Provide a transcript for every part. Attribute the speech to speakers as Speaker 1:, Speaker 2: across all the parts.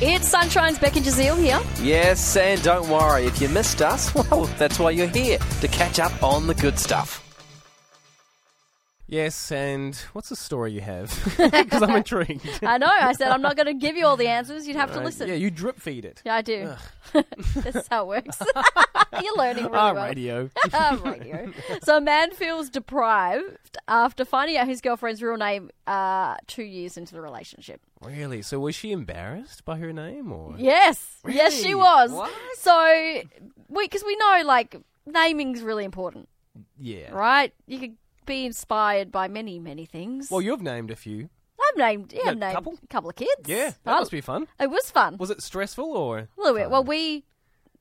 Speaker 1: It's Sunshine's Becky Jazeel here.
Speaker 2: Yes, and don't worry, if you missed us, well, that's why you're here, to catch up on the good stuff.
Speaker 3: Yes, and what's the story you have? Because I'm intrigued.
Speaker 1: I know, I said I'm not going to give you all the answers. You'd have to
Speaker 3: Uh,
Speaker 1: listen.
Speaker 3: Yeah, you drip feed it.
Speaker 1: Yeah, I do. That's how it works. You're learning really
Speaker 3: Ah,
Speaker 1: well.
Speaker 3: radio.
Speaker 1: Ah, radio. So a man feels deprived after finding out his girlfriend's real name uh, two years into the relationship.
Speaker 3: really? So was she embarrassed by her name, or
Speaker 1: Yes. Yes, she
Speaker 3: Really?
Speaker 1: was.
Speaker 3: What?
Speaker 1: So, because we know, like, naming's really important,
Speaker 3: yeah?
Speaker 1: right? You could be inspired by many, many things.
Speaker 3: Well, you've named a few.
Speaker 1: I've named, yeah,
Speaker 3: you
Speaker 1: I've
Speaker 3: got a
Speaker 1: named
Speaker 3: couple?
Speaker 1: a couple of kids.
Speaker 3: Yeah, that
Speaker 1: I-
Speaker 3: must be fun.
Speaker 1: It was fun.
Speaker 3: Was it stressful or?
Speaker 1: A little bit. Well, we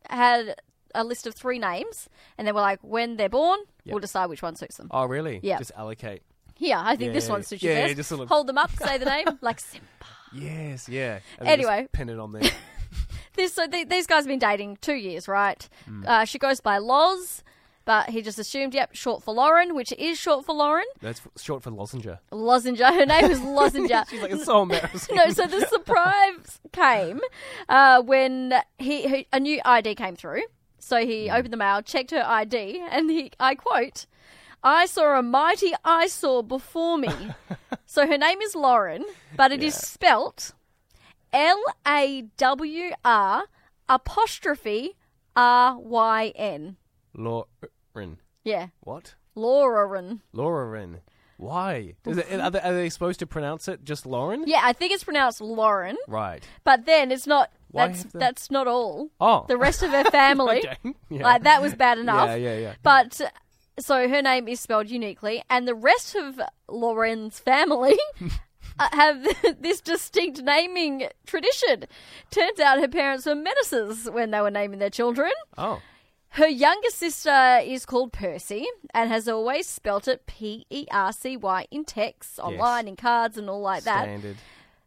Speaker 1: had a list of three names, and then we're like, when they're born, we'll decide which one suits them.
Speaker 3: Oh, really?
Speaker 1: Yeah.
Speaker 3: Just allocate.
Speaker 1: Here, I think
Speaker 3: Yeah,
Speaker 1: this
Speaker 3: yeah,
Speaker 1: one
Speaker 3: yeah.
Speaker 1: suits you
Speaker 3: Yeah, yeah,
Speaker 1: best.
Speaker 3: just sort of-
Speaker 1: Hold them up, say the name, like Simba.
Speaker 3: Yes, yeah. And then just
Speaker 1: Anyway.
Speaker 3: pin it on there.
Speaker 1: This, so th- these guys have been dating two years, right?
Speaker 3: Mm.
Speaker 1: Uh, she goes by Loz, but he just assumed, yep, short for Lauren, which is short for Lauren.
Speaker 3: That's f- short for lozenger.
Speaker 1: Lozenger. Her name is Lozenger.
Speaker 3: She's like, it's so embarrassing.
Speaker 1: No, so the surprise came uh, when he, he a new ID came through. So
Speaker 3: Hmm.
Speaker 1: he opened the mail, checked her ID, and he, I quote, "I saw a mighty eyesore before me." so her name is Lauren, but it is spelt L A W R apostrophe R Y N.
Speaker 3: Lauren.
Speaker 1: Yeah,
Speaker 3: What?
Speaker 1: Lauren.
Speaker 3: Lauren. Why? Is it, are, they, are they supposed to pronounce it just Lauren?
Speaker 1: Yeah, I think it's pronounced Lauren,
Speaker 3: Right.
Speaker 1: but then it's not.
Speaker 3: Why
Speaker 1: that's
Speaker 3: have the-
Speaker 1: that's not all.
Speaker 3: Oh.
Speaker 1: The rest of her family.
Speaker 3: Okay. Yeah.
Speaker 1: Like that was bad enough.
Speaker 3: Yeah, yeah, yeah.
Speaker 1: But uh, so her name is spelled uniquely, and the rest of Lauren's family uh, have this distinct naming tradition. Turns out her parents were menaces when they were naming their children.
Speaker 3: Oh.
Speaker 1: Her younger sister is called Percy and has always spelt it P E R C Y in texts, online, in cards, and all like that.
Speaker 3: Standard.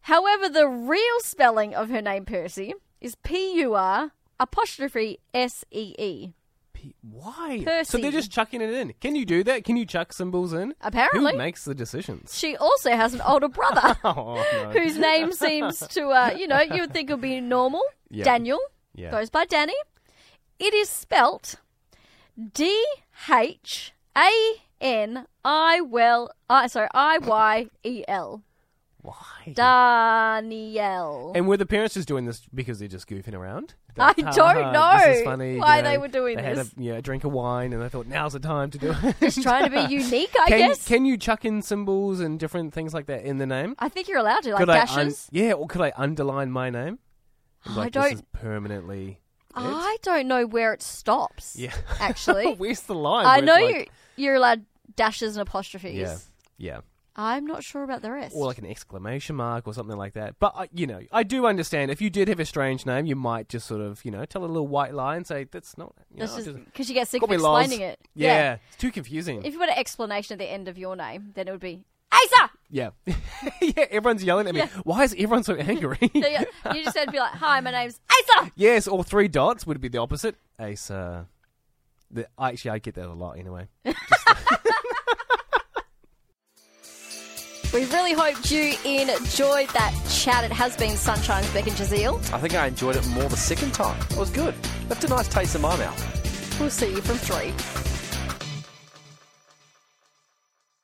Speaker 1: However, the real spelling of her name Percy is P U R apostrophe S E E.
Speaker 3: P- Why? So
Speaker 1: Percy.
Speaker 3: they're just chucking it in. Can you do that? Can you chuck symbols in?
Speaker 1: Apparently.
Speaker 3: Who makes the decisions?
Speaker 1: She also has an older brother
Speaker 3: Oh, no.
Speaker 1: whose name seems to, uh, you know, you would think would be normal.
Speaker 3: Yeah.
Speaker 1: Daniel
Speaker 3: Yeah.
Speaker 1: goes by Danny. It is spelt D H A N I well I sorry I Y E L
Speaker 3: Why?
Speaker 1: Daniel.
Speaker 3: And were the parents just doing this because they're just goofing around?
Speaker 1: I
Speaker 3: They're like,
Speaker 1: don't
Speaker 3: "Ha, ha, This is
Speaker 1: know
Speaker 3: funny.
Speaker 1: why
Speaker 3: you know,
Speaker 1: they were doing
Speaker 3: they Had
Speaker 1: this.
Speaker 3: a, yeah, a drink of wine, and I thought now's the time to do it.
Speaker 1: Just trying to be unique, I
Speaker 3: can,
Speaker 1: guess.
Speaker 3: Can you chuck in symbols and different things like that in the name?
Speaker 1: I think you're allowed to like
Speaker 3: I un-
Speaker 1: dashes.
Speaker 3: yeah, or could I underline my name?
Speaker 1: I
Speaker 3: Like
Speaker 1: don't-
Speaker 3: this is permanently.
Speaker 1: I, don't know where it stops.
Speaker 3: Yeah.
Speaker 1: actually,
Speaker 3: Where's the line?
Speaker 1: I
Speaker 3: where it's
Speaker 1: know
Speaker 3: like-
Speaker 1: you you're allowed dashes and apostrophes.
Speaker 3: Yeah, yeah,
Speaker 1: I'm not sure about the rest.
Speaker 3: or like an exclamation mark or something like that. But I, you know, I do understand if you did have a strange name, you might just sort of you know tell a little white lie and say that's not. You
Speaker 1: That's
Speaker 3: know,
Speaker 1: just
Speaker 3: just-
Speaker 1: because you get sick
Speaker 3: Got
Speaker 1: of
Speaker 3: me lost.
Speaker 1: explaining it.
Speaker 3: Yeah, it's too confusing.
Speaker 1: If you put an explanation at the end of your name, then it would be Asa.
Speaker 3: yeah, yeah, everyone's yelling at me. Why is everyone so angry?
Speaker 1: So you, you just had to be like, "Hi, my name's Asa."
Speaker 3: Yes, or three dots would be the opposite. Ace. Uh, the, actually, I get that a lot anyway.
Speaker 1: We really hoped you enjoyed that chat. It has been Sunshine's Beck and Jazeel.
Speaker 2: I think I enjoyed it more the second time. It was good. Left a nice taste in my mouth.
Speaker 1: We'll see you from three.